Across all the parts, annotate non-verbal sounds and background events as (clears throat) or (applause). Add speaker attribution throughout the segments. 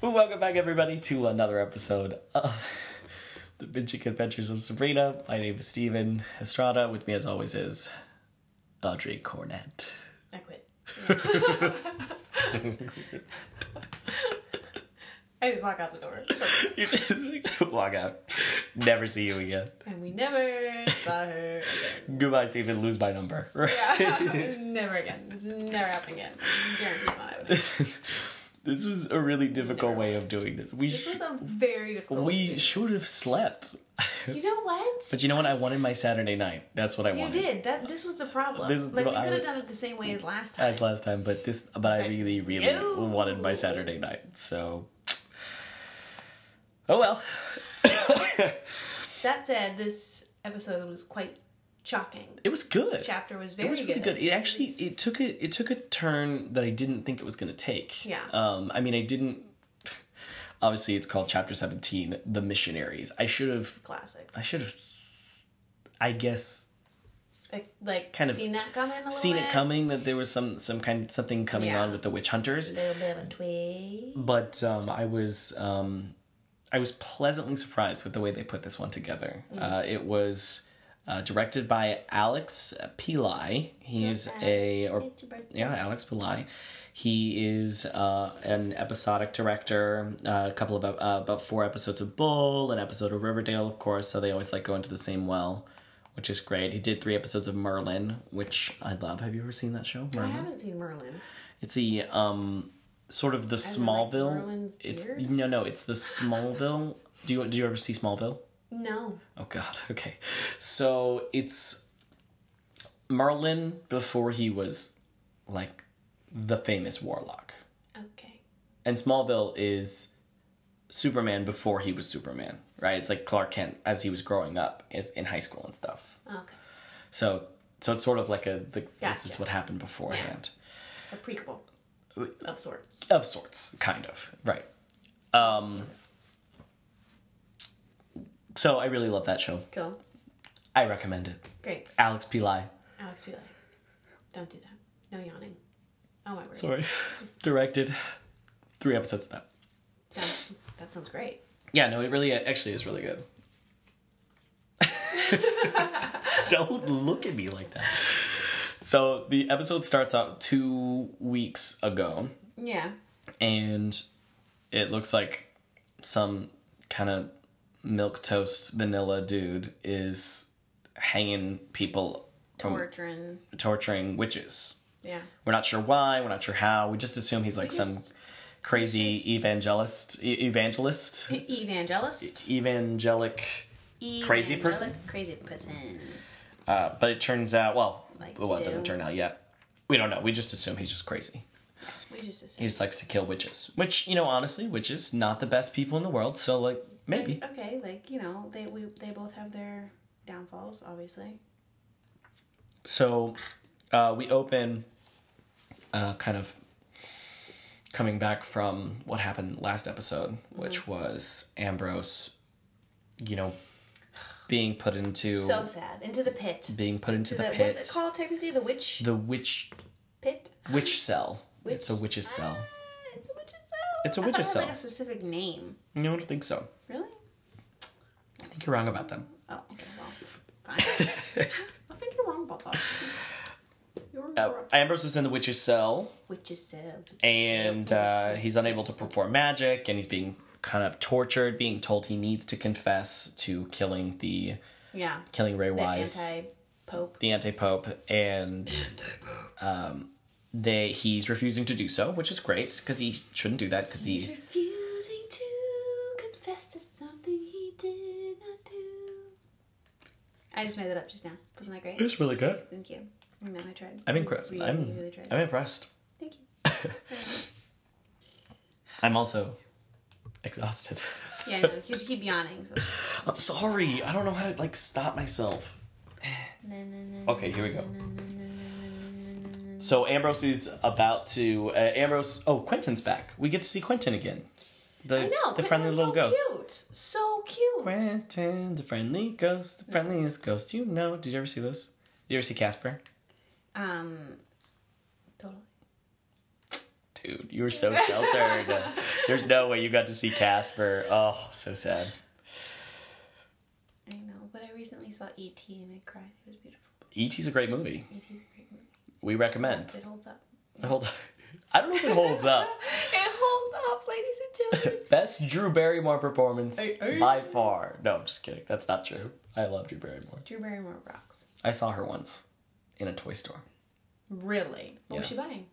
Speaker 1: Well, welcome back, everybody, to another episode of (laughs) The Magic Adventures of Sabrina. My name is Steven Estrada. With me, as always, is Audrey Cornett. (laughs)
Speaker 2: I quit. I just walk out the door.
Speaker 1: You just walk out, never see you again.
Speaker 2: And we never saw her again.
Speaker 1: Goodbye, Steven. Lose my number. (laughs)
Speaker 2: Yeah. never again. It's never happening again. Guaranteed not happening.
Speaker 1: this was a really difficult way of doing this. We
Speaker 2: This
Speaker 1: sh-
Speaker 2: was a very difficult
Speaker 1: we should have slept, (laughs)
Speaker 2: You know what?
Speaker 1: but you know what? I wanted my Saturday night. That's what I
Speaker 2: you
Speaker 1: wanted.
Speaker 2: did. That this was the problem.
Speaker 1: This is
Speaker 2: like we
Speaker 1: what I
Speaker 2: could have
Speaker 1: would-
Speaker 2: done it the same way as last time.
Speaker 1: as last time, but this, but I really, really
Speaker 2: Ew.
Speaker 1: wanted my Saturday night. So, oh
Speaker 2: (coughs)
Speaker 1: well.
Speaker 2: That said, this episode was quite shocking.
Speaker 1: It was good.
Speaker 2: This chapter was very
Speaker 1: It was really good. It actually
Speaker 2: was-
Speaker 1: it took a it took a turn that I didn't think it was going to take.
Speaker 2: Yeah.
Speaker 1: Um. I mean, I didn't. Obviously, it's called Chapter Seventeen, the missionaries. I should have.
Speaker 2: classic.
Speaker 1: I should have. I guess
Speaker 2: Like, like
Speaker 1: Kind of
Speaker 2: seen that coming a little
Speaker 1: seen
Speaker 2: bit.
Speaker 1: it coming that there was some some kind something coming
Speaker 2: Yeah.
Speaker 1: on with the witch hunters.
Speaker 2: A little bit of a twist.
Speaker 1: but um, I was um, I was pleasantly surprised with the way they put this one together.
Speaker 2: Mm.
Speaker 1: Uh, it was uh, directed by Alex Pillai. He's a or
Speaker 2: It's your birthday.
Speaker 1: yeah, Alex Pillai. He is uh, an episodic director. Uh, a couple of ep- uh, about four episodes of Bull, an episode of Riverdale, of course. So they always like go into the same well, which is great. He did three episodes of Merlin, which I love. Have you ever seen that show?
Speaker 2: I
Speaker 1: Merlin.
Speaker 2: haven't seen Merlin.
Speaker 1: It's the um sort of the
Speaker 2: in, like,
Speaker 1: Smallville.
Speaker 2: Merlin's
Speaker 1: it's
Speaker 2: beard?
Speaker 1: no no, it's the Smallville. do you do you ever see Smallville?
Speaker 2: No.
Speaker 1: Oh god, (laughs) okay. So it's Merlin before he was like the famous warlock.
Speaker 2: Okay.
Speaker 1: And Smallville is Superman before he was Superman, right? It's like Clark Kent as he was growing up is in high school and stuff.
Speaker 2: Okay.
Speaker 1: So so it's sort of like a the, this is
Speaker 2: Gotcha.
Speaker 1: what happened beforehand.
Speaker 2: A prequel of sorts.
Speaker 1: of sorts, kind of, right? Um, so I really love that show.
Speaker 2: Cool.
Speaker 1: I recommend it.
Speaker 2: Great.
Speaker 1: Alex Pillai.
Speaker 2: Alex be like, don't do that. No yawning. Oh my word.
Speaker 1: Sorry, (laughs) directed three episodes of that.
Speaker 2: Sounds, that sounds great.
Speaker 1: Yeah, no, it really actually is really good. (laughs) Don't look at me like that. So the episode starts out two weeks ago.
Speaker 2: Yeah.
Speaker 1: and it looks like some kind of milk toast vanilla dude is hanging people from
Speaker 2: Torturing.
Speaker 1: torturing witches.
Speaker 2: Yeah.
Speaker 1: We're not sure why. We're not sure how. We just assume he's like some
Speaker 2: just-
Speaker 1: crazy evangelist, e- evangelist,
Speaker 2: Evangelist.
Speaker 1: evangelic. Crazy person?
Speaker 2: Evangelic Crazy person.
Speaker 1: Uh, but it turns out, well,
Speaker 2: Like
Speaker 1: well, it
Speaker 2: you
Speaker 1: doesn't
Speaker 2: do.
Speaker 1: turn out yet. We don't know. We just assume he's just crazy.
Speaker 2: We just assume.
Speaker 1: He just likes to kill witches, which you know, honestly, witches not the best people in the world. So like, maybe.
Speaker 2: Okay, like you know, they we they both have their downfalls, obviously.
Speaker 1: So uh, we open uh, kind of coming back from what happened last episode,
Speaker 2: Mm-hmm.
Speaker 1: which was Ambrose, you know, being put into
Speaker 2: So sad. Into the pit.
Speaker 1: being put into
Speaker 2: To
Speaker 1: the,
Speaker 2: the,
Speaker 1: pit,
Speaker 2: what's it called technically? The witch
Speaker 1: the witch
Speaker 2: pit.
Speaker 1: witch cell. It's a
Speaker 2: Witch-
Speaker 1: witch's cell.
Speaker 2: Ah, It's a witch's cell.
Speaker 1: It's a
Speaker 2: I
Speaker 1: witch's
Speaker 2: thought
Speaker 1: cell.
Speaker 2: it had, Like a specific name.
Speaker 1: No, I don't think so.
Speaker 2: Really?
Speaker 1: I think you're wrong about them.
Speaker 2: Oh, okay.
Speaker 1: (laughs)
Speaker 2: Well, fine. I think you're wrong about that. You're
Speaker 1: Uh,
Speaker 2: wrong.
Speaker 1: Ambrose is in the witch's cell,
Speaker 2: Witch's cell.
Speaker 1: and
Speaker 2: Mm-hmm.
Speaker 1: uh, he's unable to perform magic, and he's being kind of tortured, being told he needs to confess to killing the
Speaker 2: Yeah.
Speaker 1: killing Ray
Speaker 2: The
Speaker 1: Wise, (laughs)
Speaker 2: anti-pope.
Speaker 1: the anti pope, and um, they he's refusing to do so, which is great because he shouldn't do that because
Speaker 2: He's
Speaker 1: he
Speaker 2: refusing to confess to something he did not do. I just made that up just now. Wasn't
Speaker 1: (gasps)
Speaker 2: that great?
Speaker 1: it's really good.
Speaker 2: Thank you. I know I tried.
Speaker 1: I'm impressed.
Speaker 2: Really,
Speaker 1: I'm
Speaker 2: really tried.
Speaker 1: I'm impressed.
Speaker 2: Thank you.
Speaker 1: (laughs) I'm also exhausted. (laughs)
Speaker 2: Yeah, I know. You keep yawning. So.
Speaker 1: I'm sorry. I don't know how to like stop
Speaker 2: (sighs)
Speaker 1: myself. Okay, here we go. So Ambrose is about to uh, Ambrose. Oh, Quentin's back. We get to see Quentin again. The
Speaker 2: I know.
Speaker 1: the friendly
Speaker 2: was
Speaker 1: little
Speaker 2: so
Speaker 1: ghost.
Speaker 2: Cute. So cute.
Speaker 1: Quentin, the friendly ghost, the friendliest ghost you know. Did you ever see those? Did you ever see Casper?
Speaker 2: Um, totally.
Speaker 1: Damn dude, you were so sheltered. (laughs) There's no way you got to see Casper. Oh, so sad.
Speaker 2: I know, but I recently saw E.T. and I cried. It was beautiful.
Speaker 1: E.T.'s E a great movie.
Speaker 2: E.T. is a great movie.
Speaker 1: We recommend. (laughs)
Speaker 2: It holds up.
Speaker 1: It holds. I don't know if it holds up.
Speaker 2: It holds up, ladies and gentlemen.
Speaker 1: Best Drew Barrymore performance
Speaker 2: Hey, hey.
Speaker 1: by far. No, I'm just kidding. That's not true. I love Drew Barrymore.
Speaker 2: (laughs) Drew Barrymore rocks.
Speaker 1: I saw her once in a toy store.
Speaker 2: Really? What was
Speaker 1: Yes.
Speaker 2: she buying?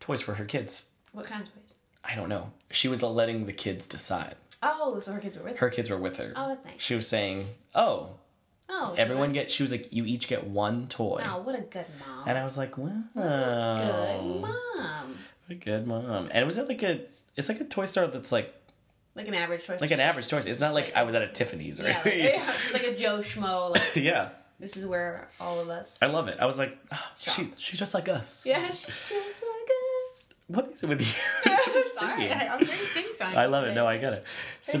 Speaker 1: Toys for her kids.
Speaker 2: What kind of toys?
Speaker 1: I don't know. She was letting the kids decide.
Speaker 2: Oh, so her kids were with her.
Speaker 1: Her kids were with her.
Speaker 2: Oh, that's nice.
Speaker 1: She was saying, "Oh,
Speaker 2: Oh, she
Speaker 1: everyone get." She was like, "You each get one toy."
Speaker 2: bought- Wow, what a good mom.
Speaker 1: And I was like, "Wow, Oh.
Speaker 2: Good mom.
Speaker 1: a good mom." And it was at like a, it's like a toy store that's like
Speaker 2: Like an average toy.
Speaker 1: like an average toy. Store. It's not like I was at a Tiffany's or
Speaker 2: Yeah, like, (laughs)
Speaker 1: anything.
Speaker 2: yeah, just like a Joe Schmo. Like,
Speaker 1: (laughs) yeah,
Speaker 2: this is where all of us.
Speaker 1: I love it. I was like, "Ah,
Speaker 2: Strong.
Speaker 1: she's she's just like us.
Speaker 2: Yeah, she's just like
Speaker 1: What is it with (laughs)
Speaker 2: (laughs)
Speaker 1: you?
Speaker 2: us. Sorry,
Speaker 1: Singing.
Speaker 2: I'm
Speaker 1: (laughs)
Speaker 2: very sing song.
Speaker 1: I love it. No, I get it.
Speaker 2: They're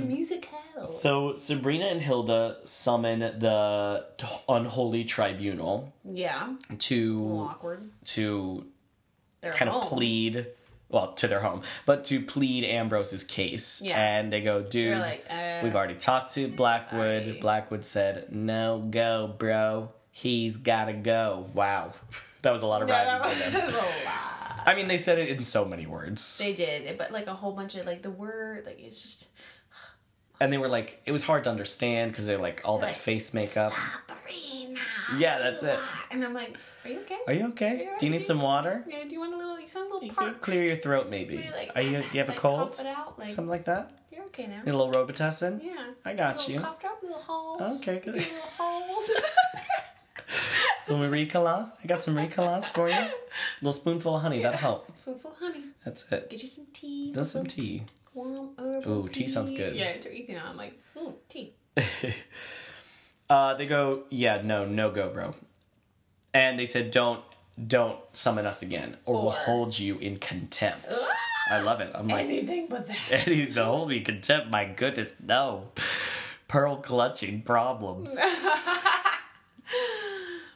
Speaker 1: So
Speaker 2: musical.
Speaker 1: So Sabrina and Hilda summon the t- unholy tribunal
Speaker 2: yeah.
Speaker 1: to
Speaker 2: Awkward.
Speaker 1: to
Speaker 2: They're
Speaker 1: kind
Speaker 2: home.
Speaker 1: of plead, well, to their home, but to plead Ambrose's case.
Speaker 2: Yeah.
Speaker 1: And they go, dude,
Speaker 2: They're like, uh, (laughs)
Speaker 1: we've already talked to Blackwood.
Speaker 2: sorry."
Speaker 1: Blackwood said, no go, bro. He's gotta go. Wow, (laughs) that was a lot of
Speaker 2: No,
Speaker 1: rhymes.
Speaker 2: that was,
Speaker 1: in there.
Speaker 2: that was a lot.
Speaker 1: I mean, they said it in so many words,
Speaker 2: They did, but like a whole bunch of like the word, like it's just
Speaker 1: and they were like, it was hard to understand because they're like all that
Speaker 2: Like,
Speaker 1: face makeup.
Speaker 2: Sabrina.
Speaker 1: Yeah, that's it.
Speaker 2: And I'm like, are you okay?
Speaker 1: Are you okay?
Speaker 2: Are you
Speaker 1: Do you need
Speaker 2: okay?
Speaker 1: some water?
Speaker 2: Yeah, do you want a little? You sound a little
Speaker 1: You could
Speaker 2: parched.
Speaker 1: clear your throat, maybe.
Speaker 2: Maybe, like,
Speaker 1: Are you, you have
Speaker 2: like,
Speaker 1: a cold?
Speaker 2: cough it out, like-
Speaker 1: Something like that?
Speaker 2: You're okay now.
Speaker 1: Need a little Robitussin?
Speaker 2: Yeah.
Speaker 1: I got
Speaker 2: little
Speaker 1: you.
Speaker 2: Cough drop, little holes.
Speaker 1: Okay, good. (laughs)
Speaker 2: Little holes. (laughs)
Speaker 1: Little Ricola? I got some Ricolas for you.
Speaker 2: (laughs)
Speaker 1: A little spoonful of honey, that'll help.
Speaker 2: Spoonful of honey.
Speaker 1: That's it.
Speaker 2: Get you some tea.
Speaker 1: Does some tea.
Speaker 2: Warm herbal
Speaker 1: Ooh, tea sounds good.
Speaker 2: Yeah, after eating it, I'm like, mm, tea.
Speaker 1: Uh, they go, yeah, no, no go, bro. And they said, don't, don't summon us again, or, we'll
Speaker 2: Or-
Speaker 1: hold you in contempt. I love it. I'm like, (laughs)
Speaker 2: "Ah, Anything but that.
Speaker 1: Eddie, the holy contempt, my goodness, no. Pearl clutching problems.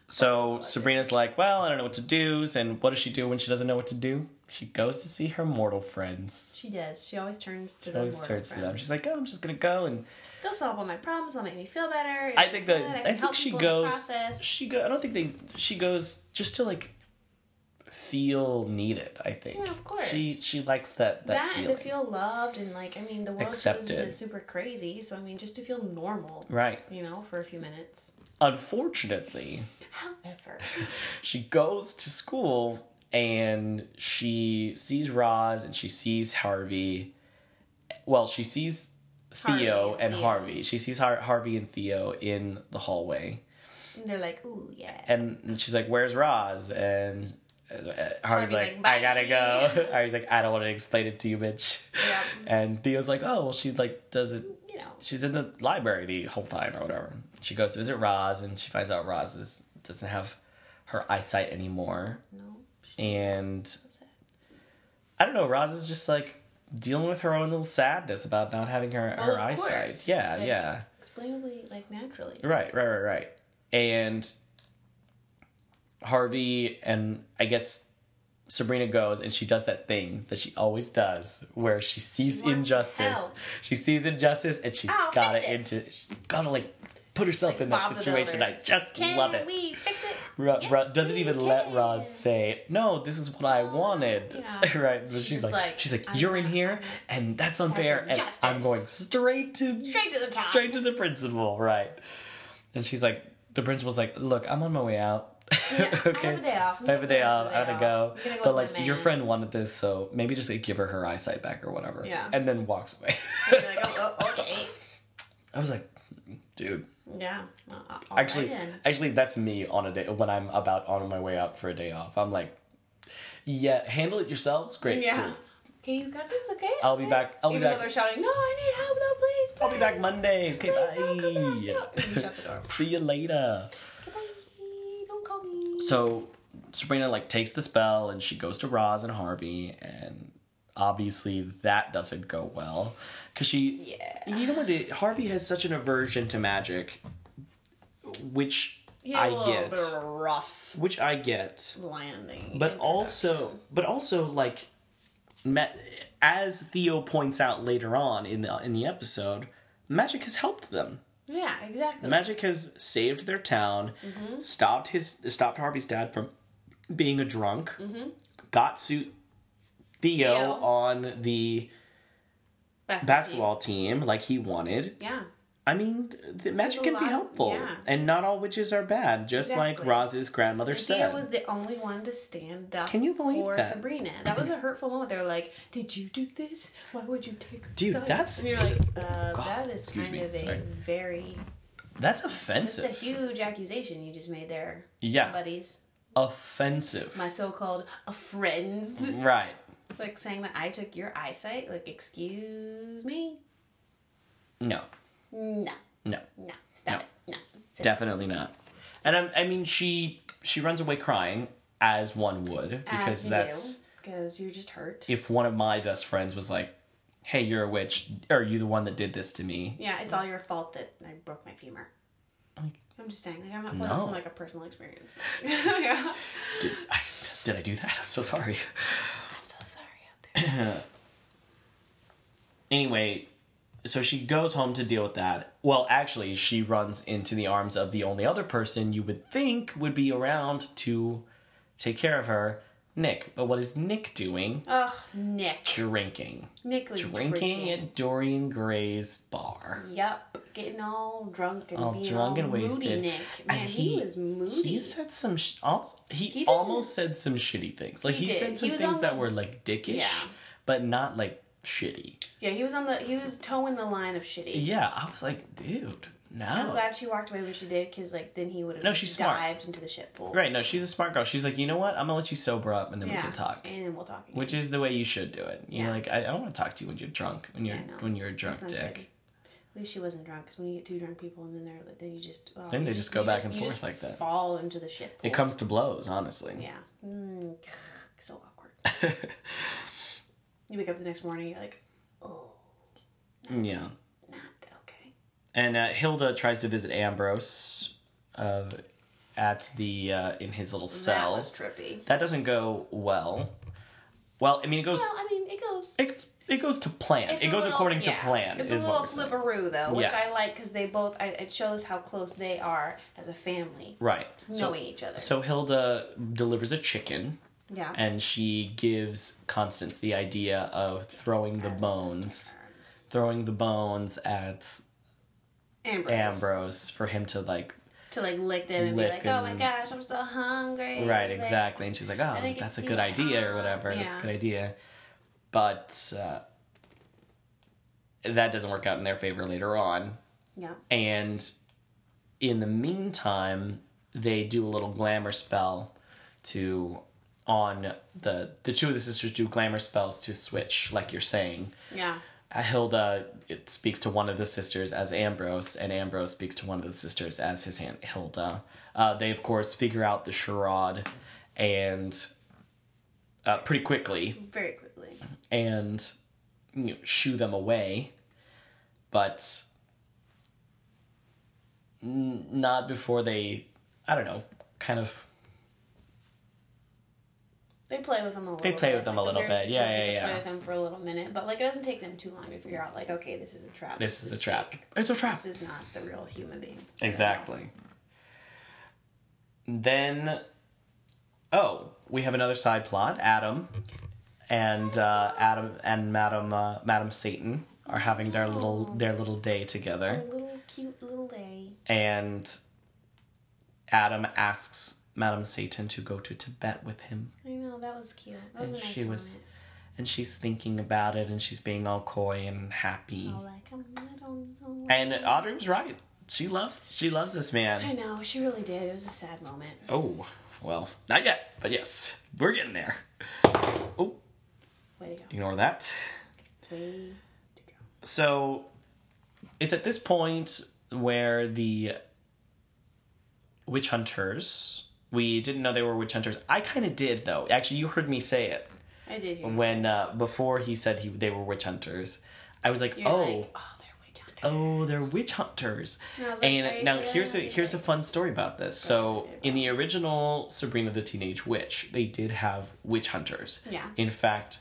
Speaker 1: so Sabrina's like, well, I don't know what to do. And what does she do when she doesn't know what to do? She goes to see her mortal friends.
Speaker 2: (laughs) She does. She always turns to the
Speaker 1: Always
Speaker 2: mortal
Speaker 1: turns to them.
Speaker 2: friend.
Speaker 1: She's like, oh, I'm just gonna go and
Speaker 2: They'll solve all my problems. They'll make me feel better.
Speaker 1: I think
Speaker 2: Good,
Speaker 1: that
Speaker 2: can
Speaker 1: I, think
Speaker 2: help
Speaker 1: she
Speaker 2: people in the
Speaker 1: goes.
Speaker 2: process.
Speaker 1: She go. I don't think they. She goes just to like feel needed. I think.
Speaker 2: Yeah, of course.
Speaker 1: She she likes that that,
Speaker 2: That and
Speaker 1: feeling.
Speaker 2: to feel loved and like I mean the world she lives in
Speaker 1: Accepted.
Speaker 2: is super crazy. So I mean just to feel normal,
Speaker 1: right.
Speaker 2: you know, for a few minutes.
Speaker 1: Unfortunately, (laughs)
Speaker 2: However,
Speaker 1: she goes to school and she sees Roz and she sees Harvey. Well, she sees Theo
Speaker 2: Harvey and
Speaker 1: and
Speaker 2: Theo.
Speaker 1: Harvey. She sees Har- Harvey and Theo in the hallway.
Speaker 2: and they're like, ooh yeah.
Speaker 1: And and she's like, Where's Roz? And uh, uh, Harvey's
Speaker 2: Harvey's
Speaker 1: like,
Speaker 2: like,
Speaker 1: I gotta
Speaker 2: "Bye."
Speaker 1: go. (laughs) Harvey's like, I don't want to explain it to you, bitch.
Speaker 2: Yeah.
Speaker 1: And Theo's like, Oh, well, she like does it.
Speaker 2: You know.
Speaker 1: She's in the library the whole time or whatever. She goes to visit Roz and she finds out Roz is, doesn't have her eyesight anymore.
Speaker 2: No.
Speaker 1: and
Speaker 2: so sad.
Speaker 1: I don't know. Roz is just like dealing with her own little sadness about not having her
Speaker 2: Well,
Speaker 1: her
Speaker 2: of
Speaker 1: eyesight.
Speaker 2: course.
Speaker 1: Yeah,
Speaker 2: Like-
Speaker 1: yeah.
Speaker 2: Explainably, like naturally.
Speaker 1: Right, right, right, right. And Harvey and I guess Sabrina goes and she does that thing that she always does where she sees
Speaker 2: wants
Speaker 1: injustice.
Speaker 2: help.
Speaker 1: She sees injustice and she's
Speaker 2: I'll
Speaker 1: got it
Speaker 2: fix it.
Speaker 1: into she's gotta like put herself in that
Speaker 2: Bob the
Speaker 1: situation.
Speaker 2: Builder.
Speaker 1: I just
Speaker 2: Can
Speaker 1: love it.
Speaker 2: we fix it?
Speaker 1: Ra-
Speaker 2: Yes,
Speaker 1: Ra- doesn't
Speaker 2: we
Speaker 1: even let
Speaker 2: can. Oh,
Speaker 1: Roz say, "No, this is what I wanted."
Speaker 2: yeah.
Speaker 1: (laughs) right? But she's,
Speaker 2: She's just
Speaker 1: like,
Speaker 2: like,
Speaker 1: she's like,
Speaker 2: I'm
Speaker 1: "You're in
Speaker 2: not-
Speaker 1: here, and that's unfair, and
Speaker 2: injustice."
Speaker 1: I'm going straight to
Speaker 2: Straight to the
Speaker 1: (laughs)
Speaker 2: top.
Speaker 1: straight to the principal." Right? And she's like, the principal's like, "Look, I'm on my way out."
Speaker 2: Yeah,
Speaker 1: (laughs)
Speaker 2: I have a day off.
Speaker 1: I have a day off. I
Speaker 2: I'm
Speaker 1: gotta
Speaker 2: gonna
Speaker 1: go.
Speaker 2: I'm gonna go
Speaker 1: but
Speaker 2: with my
Speaker 1: like, your
Speaker 2: man.
Speaker 1: friend wanted this, so maybe just like, give her her eyesight back or whatever.
Speaker 2: Yeah.
Speaker 1: And then walks away. (laughs)
Speaker 2: They're like, oh, oh, okay.
Speaker 1: I was like, dude.
Speaker 2: Yeah. uh, Well, all right
Speaker 1: Actually,
Speaker 2: then.
Speaker 1: actually, that's me on a day when I'm about on my way out for a day off. I'm like, yeah, handle it yourselves. Great.
Speaker 2: Yeah.
Speaker 1: cool.
Speaker 2: Okay, you got this. Okay.
Speaker 1: I'll be
Speaker 2: okay.
Speaker 1: back- I'll be
Speaker 2: Even
Speaker 1: back-
Speaker 2: though they're shouting, no, I need help. No, please.
Speaker 1: I'll be back
Speaker 2: please,
Speaker 1: Monday. Okay,
Speaker 2: please, don't come
Speaker 1: bye.
Speaker 2: back, no." And you shut
Speaker 1: (laughs)
Speaker 2: the door.
Speaker 1: See you later.
Speaker 2: Okay, bye. Don't call me.
Speaker 1: So Sabrina like takes the spell and she goes to Roz and Harvey and obviously that doesn't go well cuz she
Speaker 2: Yeah.
Speaker 1: you know what it, Harvey has such an aversion to magic which
Speaker 2: Yeah,
Speaker 1: I
Speaker 2: a little
Speaker 1: get
Speaker 2: bit of a rough
Speaker 1: which I get
Speaker 2: landing.
Speaker 1: but
Speaker 2: introduction.
Speaker 1: also but also like Ma- as Theo points out later on in the in the episode, magic has helped them.
Speaker 2: Yeah, exactly.
Speaker 1: Magic has saved their town,
Speaker 2: Mm-hmm.
Speaker 1: stopped his stopped Harvey's dad from being a drunk, got suit Theo,
Speaker 2: Mm-hmm. Theo.
Speaker 1: on the basketball team like he wanted.
Speaker 2: Yeah.
Speaker 1: I mean, the magic can
Speaker 2: a
Speaker 1: be
Speaker 2: lot-
Speaker 1: helpful,
Speaker 2: yeah.
Speaker 1: and not all witches are bad. Just like
Speaker 2: Exactly.
Speaker 1: Roz's grandmother
Speaker 2: Dia
Speaker 1: said,
Speaker 2: was the only one to stand up
Speaker 1: Can you believe
Speaker 2: for
Speaker 1: that? (clears throat)
Speaker 2: Sabrina. That was a hurtful moment. They were like, Did you do this? Why would you take her
Speaker 1: Dude,
Speaker 2: side?"
Speaker 1: that's- Oh,
Speaker 2: And you're like, uh,
Speaker 1: God,
Speaker 2: That is
Speaker 1: excuse
Speaker 2: kind
Speaker 1: me,
Speaker 2: of
Speaker 1: sorry.
Speaker 2: a very.
Speaker 1: that's
Speaker 2: It's
Speaker 1: offensive.
Speaker 2: a huge accusation you just made there,
Speaker 1: yeah,
Speaker 2: buddies.
Speaker 1: offensive.
Speaker 2: My so called friends. (laughs)
Speaker 1: right.
Speaker 2: Like saying that I took your eyesight. Like, excuse me?
Speaker 1: No.
Speaker 2: No.
Speaker 1: No.
Speaker 2: No. Stop it. No. Sit
Speaker 1: Definitely not. And I'm, I mean, she she runs away crying as one would because that's
Speaker 2: because you're just hurt.
Speaker 1: if one of my best friends was like, "Hey, you're a witch. Are you the one that did this to me?"
Speaker 2: Yeah, it's all your fault that I broke my femur.
Speaker 1: Like-
Speaker 2: I'm just saying, like I'm not pulling
Speaker 1: No.
Speaker 2: from like a personal experience. (laughs) yeah.
Speaker 1: Did I, did I do that? I'm so sorry.
Speaker 2: I'm so sorry out there.
Speaker 1: Anyway, so she goes home to deal with that. Well, actually, she runs into the arms of the only other person you would think would be around to take care of her, Nick. But what is Nick doing?
Speaker 2: Ugh, Nick.
Speaker 1: Drinking.
Speaker 2: Nick was
Speaker 1: Drinking,
Speaker 2: drinking.
Speaker 1: at Dorian Gray's bar.
Speaker 2: Yep, getting all drunk and
Speaker 1: All
Speaker 2: being
Speaker 1: drunk
Speaker 2: all
Speaker 1: and
Speaker 2: moody.
Speaker 1: wasted.
Speaker 2: Nick, man,
Speaker 1: And
Speaker 2: he,
Speaker 1: he-
Speaker 2: was moody.
Speaker 1: He said some. Sh- almost, he
Speaker 2: did.
Speaker 1: almost said some shitty things. Like he,
Speaker 2: He did.
Speaker 1: said some
Speaker 2: He was
Speaker 1: things
Speaker 2: on
Speaker 1: that
Speaker 2: the-
Speaker 1: were like dickish,
Speaker 2: Yeah.
Speaker 1: but not like shitty.
Speaker 2: yeah, he was on the he was toeing the line of shitty.
Speaker 1: Yeah, I was like, dude,
Speaker 2: I'm
Speaker 1: no.
Speaker 2: glad she walked away when she did, because like then he would have
Speaker 1: No, she's smart.
Speaker 2: dived into the shit pool.
Speaker 1: Right? No, she's a smart girl. She's like, you know what? I'm gonna let you sober up, and then we
Speaker 2: Yeah,
Speaker 1: can talk.
Speaker 2: and then we'll talk. Again.
Speaker 1: Which is the way you should do it. You know,
Speaker 2: Yeah.
Speaker 1: like I, I don't want to talk to you when you're drunk. When you're
Speaker 2: Yeah, no.
Speaker 1: when you're a drunk
Speaker 2: That's not good.
Speaker 1: dick.
Speaker 2: At least she wasn't drunk. Because when you get two drunk people and then they're like, then you just oh,
Speaker 1: Then
Speaker 2: you
Speaker 1: they just go
Speaker 2: you
Speaker 1: back and
Speaker 2: you
Speaker 1: forth like that.
Speaker 2: Fall into the shit. Pool.
Speaker 1: It comes to blows, honestly.
Speaker 2: Yeah. Mm, (sighs) so awkward.
Speaker 1: (laughs)
Speaker 2: you wake up the next morning, you're like, oh,
Speaker 1: Yeah.
Speaker 2: not okay.
Speaker 1: And uh, Hilda tries to visit Ambrose, uh, at the uh, in his little cell.
Speaker 2: That was trippy.
Speaker 1: that doesn't go well. Well, I mean, it goes
Speaker 2: Well, I mean, it goes.
Speaker 1: it goes it goes to plan.
Speaker 2: it's
Speaker 1: it
Speaker 2: a
Speaker 1: goes
Speaker 2: little-
Speaker 1: according
Speaker 2: yeah.
Speaker 1: to plan.
Speaker 2: It's
Speaker 1: is
Speaker 2: a
Speaker 1: what
Speaker 2: little
Speaker 1: we're saying.
Speaker 2: flipperoo though, which
Speaker 1: Yeah.
Speaker 2: I like because they both. I, it shows how close they are as a family,
Speaker 1: Right. So,
Speaker 2: knowing each other.
Speaker 1: so Hilda delivers a chicken,
Speaker 2: yeah.
Speaker 1: and she gives Constance the idea of throwing the bones, throwing the bones at
Speaker 2: Ambrose.
Speaker 1: Ambrose for him to like.
Speaker 2: To like lick them and
Speaker 1: Lick
Speaker 2: be like, oh my
Speaker 1: and-
Speaker 2: gosh, I'm so hungry.
Speaker 1: Right.
Speaker 2: Like,
Speaker 1: Exactly. And she's like, "Oh,
Speaker 2: didn't
Speaker 1: that's a
Speaker 2: see
Speaker 1: good
Speaker 2: that.
Speaker 1: idea, or whatever. That's a
Speaker 2: Yeah.
Speaker 1: good idea," but. Uh, that doesn't work out in their favor later on
Speaker 2: Yeah.
Speaker 1: And in the meantime, they do a little glamour spell to on the the two of the sisters do glamour spells to switch, like you're saying.
Speaker 2: Yeah.
Speaker 1: Uh, Hilda it speaks to one of the sisters as Ambrose, and Ambrose speaks to one of the sisters as his aunt Hilda. Uh, they of course figure out the charade, and uh, pretty quickly,
Speaker 2: Very quickly.
Speaker 1: and you know, shoo them away, but n- not before they, I don't know, kind of
Speaker 2: They play with them a little.
Speaker 1: They play
Speaker 2: bit.
Speaker 1: with them
Speaker 2: like,
Speaker 1: a little
Speaker 2: the Bears
Speaker 1: bit.
Speaker 2: just
Speaker 1: Yeah,
Speaker 2: get
Speaker 1: yeah,
Speaker 2: to
Speaker 1: yeah.
Speaker 2: Play with them for a little minute, but like it doesn't take them too long to figure out like, okay, this is a trap.
Speaker 1: this is a trap. It's a trap.
Speaker 2: This is not the real human being.
Speaker 1: Exactly. Then, oh, we have another side plot. Adam and uh, Adam and Madam uh, Madam Satan are having their little their little day together.
Speaker 2: A little cute little lady.
Speaker 1: and Adam asks Madame Satan to go to Tibet with him.
Speaker 2: I know that was cute. That was
Speaker 1: And
Speaker 2: a nice
Speaker 1: she was-
Speaker 2: moment.
Speaker 1: And she's thinking about it and she's being all coy and happy.
Speaker 2: All like, um, I don't know.
Speaker 1: E. And Audrey was right. She loves she loves this man.
Speaker 2: I know she really did. It was a sad moment.
Speaker 1: Oh, well, not yet, but yes, we're getting there. Oh,
Speaker 2: Way to go.
Speaker 1: ignore that.
Speaker 2: Way to go.
Speaker 1: So it's at this point where the witch hunters we didn't know they were witch hunters. I kind of did though. Actually, you heard me say it.
Speaker 2: I did hear.
Speaker 1: when uh, before he said he they were witch hunters, I was like,
Speaker 2: you. You're
Speaker 1: oh,
Speaker 2: like, oh, they're way down there.
Speaker 1: oh, they're witch hunters.
Speaker 2: And I was like,
Speaker 1: And,
Speaker 2: are you
Speaker 1: now
Speaker 2: sure?
Speaker 1: here's a
Speaker 2: Are you
Speaker 1: here's a
Speaker 2: sure?
Speaker 1: fun story about this. So in the original Sabrina the Teenage Witch, they did have witch hunters.
Speaker 2: Yeah.
Speaker 1: In fact,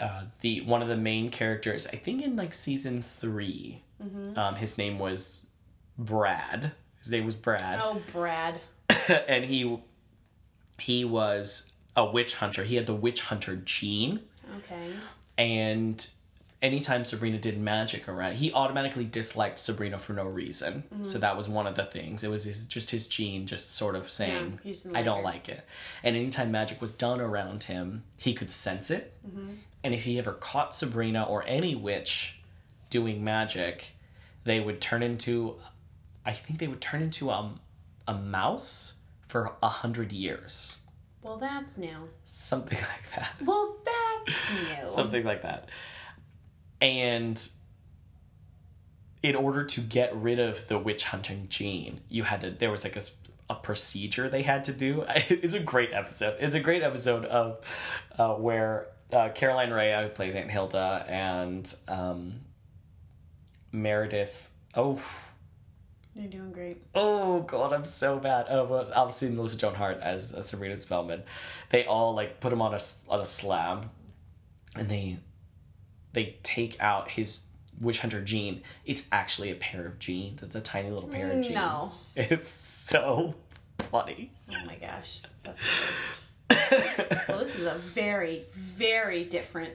Speaker 1: uh, the one of the main characters, I think in like season 3
Speaker 2: Mm-hmm.
Speaker 1: um, his name was Brad. His name was Brad,
Speaker 2: Oh, Brad.
Speaker 1: (laughs) and he he was a witch hunter. He had the witch hunter gene,
Speaker 2: Okay.
Speaker 1: and anytime Sabrina did magic around, he automatically disliked Sabrina for no reason. So that was one of the things. It was his, just his gene, just sort of saying,
Speaker 2: he just didn't
Speaker 1: "I
Speaker 2: like
Speaker 1: don't
Speaker 2: her."
Speaker 1: like it." And anytime magic was done around him, he could sense it. And if he ever caught Sabrina or any witch doing magic, they would turn into, I think they would turn into um, a mouse for a hundred years,
Speaker 2: Well, that's new.
Speaker 1: something (laughs) like that
Speaker 2: Well, that's new.
Speaker 1: something like that. And in order to get rid of the witch hunting gene, you had to. There was like a, s- a procedure they had to do. (laughs) It's a great episode. It's a great episode of uh, where uh, Caroline Ray who plays Aunt Hilda and um, Meredith. Oh,
Speaker 2: You're doing great.
Speaker 1: oh god, I'm so bad. Oh, well, obviously Melissa Joan Hart as uh, Serena Spellman. They all like put him on a s- on a slab, and they they take out his witch hunter gene. It's actually a pair of jeans. It's a tiny little pair of jeans.
Speaker 2: No.
Speaker 1: (laughs) It's so funny.
Speaker 2: Oh my gosh. That's the
Speaker 1: (laughs)
Speaker 2: worst. well, this is a very, very different.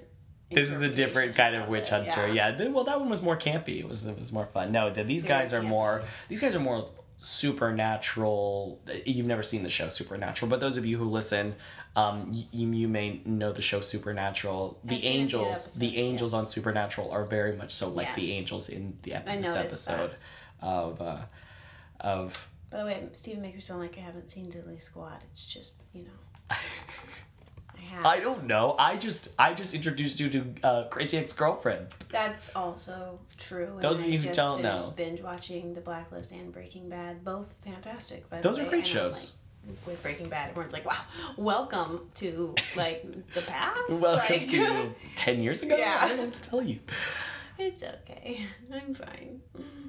Speaker 1: This is a different kind of witch
Speaker 2: interpretation
Speaker 1: hunter.
Speaker 2: it,
Speaker 1: Yeah. th- Well, that one was more campy. It was it was more fun. No, th- these guys are
Speaker 2: campy.
Speaker 1: more these guys are more supernatural. You've never seen the show Supernatural, but those of you who listen, um, y- you, you may know the show Supernatural. The
Speaker 2: I've seen a few
Speaker 1: angels, the
Speaker 2: episodes,
Speaker 1: angels
Speaker 2: yes.
Speaker 1: on Supernatural are very much so like the
Speaker 2: Yes.
Speaker 1: angels in the ep-
Speaker 2: I
Speaker 1: this
Speaker 2: noticed that.
Speaker 1: episode of uh, of
Speaker 2: By the way, Steven makes me sound like I haven't seen Diddley Squad. It's just, you
Speaker 1: (laughs)
Speaker 2: know. I have.
Speaker 1: I don't know. I just I just introduced you to uh, Crazy Ex Girlfriend.
Speaker 2: That's also true. and
Speaker 1: Those of
Speaker 2: I
Speaker 1: you who
Speaker 2: just
Speaker 1: don't
Speaker 2: finished
Speaker 1: know.
Speaker 2: binge watching The Blacklist and Breaking Bad, both fantastic. By the
Speaker 1: Those are
Speaker 2: way,
Speaker 1: great
Speaker 2: and I'm
Speaker 1: shows.
Speaker 2: like, with Breaking Bad, everyone's like, "Wow, welcome to like the past."
Speaker 1: (laughs) Welcome
Speaker 2: like,
Speaker 1: to ten years ago.
Speaker 2: Yeah.
Speaker 1: I don't know what to tell you.
Speaker 2: (laughs) it's okay. I'm fine.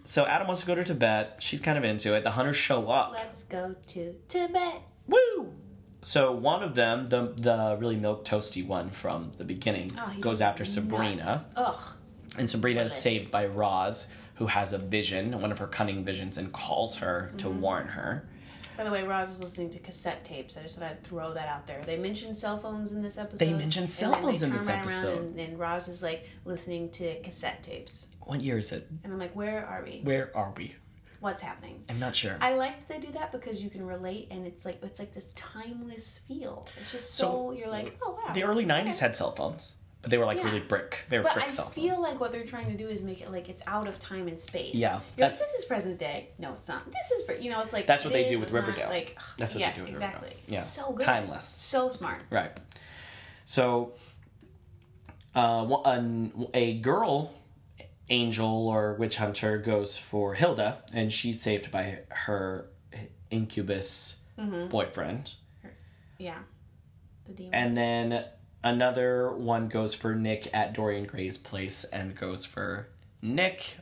Speaker 1: So Adam wants to go to Tibet. She's kind of into it. The hunters show up.
Speaker 2: Let's go to Tibet.
Speaker 1: Woo! So one of them, the the really milk toasty one from the beginning,
Speaker 2: Oh, he
Speaker 1: goes
Speaker 2: was
Speaker 1: after Sabrina,
Speaker 2: nuts. Ugh.
Speaker 1: and Sabrina is
Speaker 2: Really?
Speaker 1: saved by Roz, who has a vision, one of her cunning visions, and calls her to
Speaker 2: Mm-hmm.
Speaker 1: warn her.
Speaker 2: By the way, Roz is listening to cassette tapes. I just thought I'd throw that out there. They mentioned cell phones in this episode.
Speaker 1: mentioned
Speaker 2: and
Speaker 1: cell
Speaker 2: then they
Speaker 1: phones in
Speaker 2: turn
Speaker 1: this
Speaker 2: right around
Speaker 1: episode.
Speaker 2: And, and Roz is like listening to cassette tapes,
Speaker 1: What year is it?
Speaker 2: and I'm like, "Where are we?
Speaker 1: Where are we?
Speaker 2: What's happening?"
Speaker 1: I'm not sure.
Speaker 2: I like that they do that because you can relate, and it's like it's like this timeless feel. It's just so,
Speaker 1: So,
Speaker 2: you're like, oh wow.
Speaker 1: the early '90s had cell phones, but they were like
Speaker 2: Yeah.
Speaker 1: really brick. They were
Speaker 2: but
Speaker 1: brick
Speaker 2: I
Speaker 1: cell phones.
Speaker 2: feel like what they're trying to do is make it like it's out of time and space.
Speaker 1: Yeah,
Speaker 2: You're
Speaker 1: that's-
Speaker 2: like, this is present day. No, it's not. This is, pre-" you know, it's like
Speaker 1: That's what they
Speaker 2: it
Speaker 1: do with
Speaker 2: was not,
Speaker 1: Riverdale.
Speaker 2: Like ugh,
Speaker 1: That's what
Speaker 2: yeah,
Speaker 1: they do with
Speaker 2: exactly.
Speaker 1: Riverdale. Yeah.
Speaker 2: so good,
Speaker 1: Timeless.
Speaker 2: so smart.
Speaker 1: Right. So, uh, wh- an, a girl angel or witch hunter goes for Hilda, and she's saved by her incubus boyfriend.
Speaker 2: Yeah, the demon.
Speaker 1: And then another one goes for Nick at Dorian Gray's place and goes for Nick,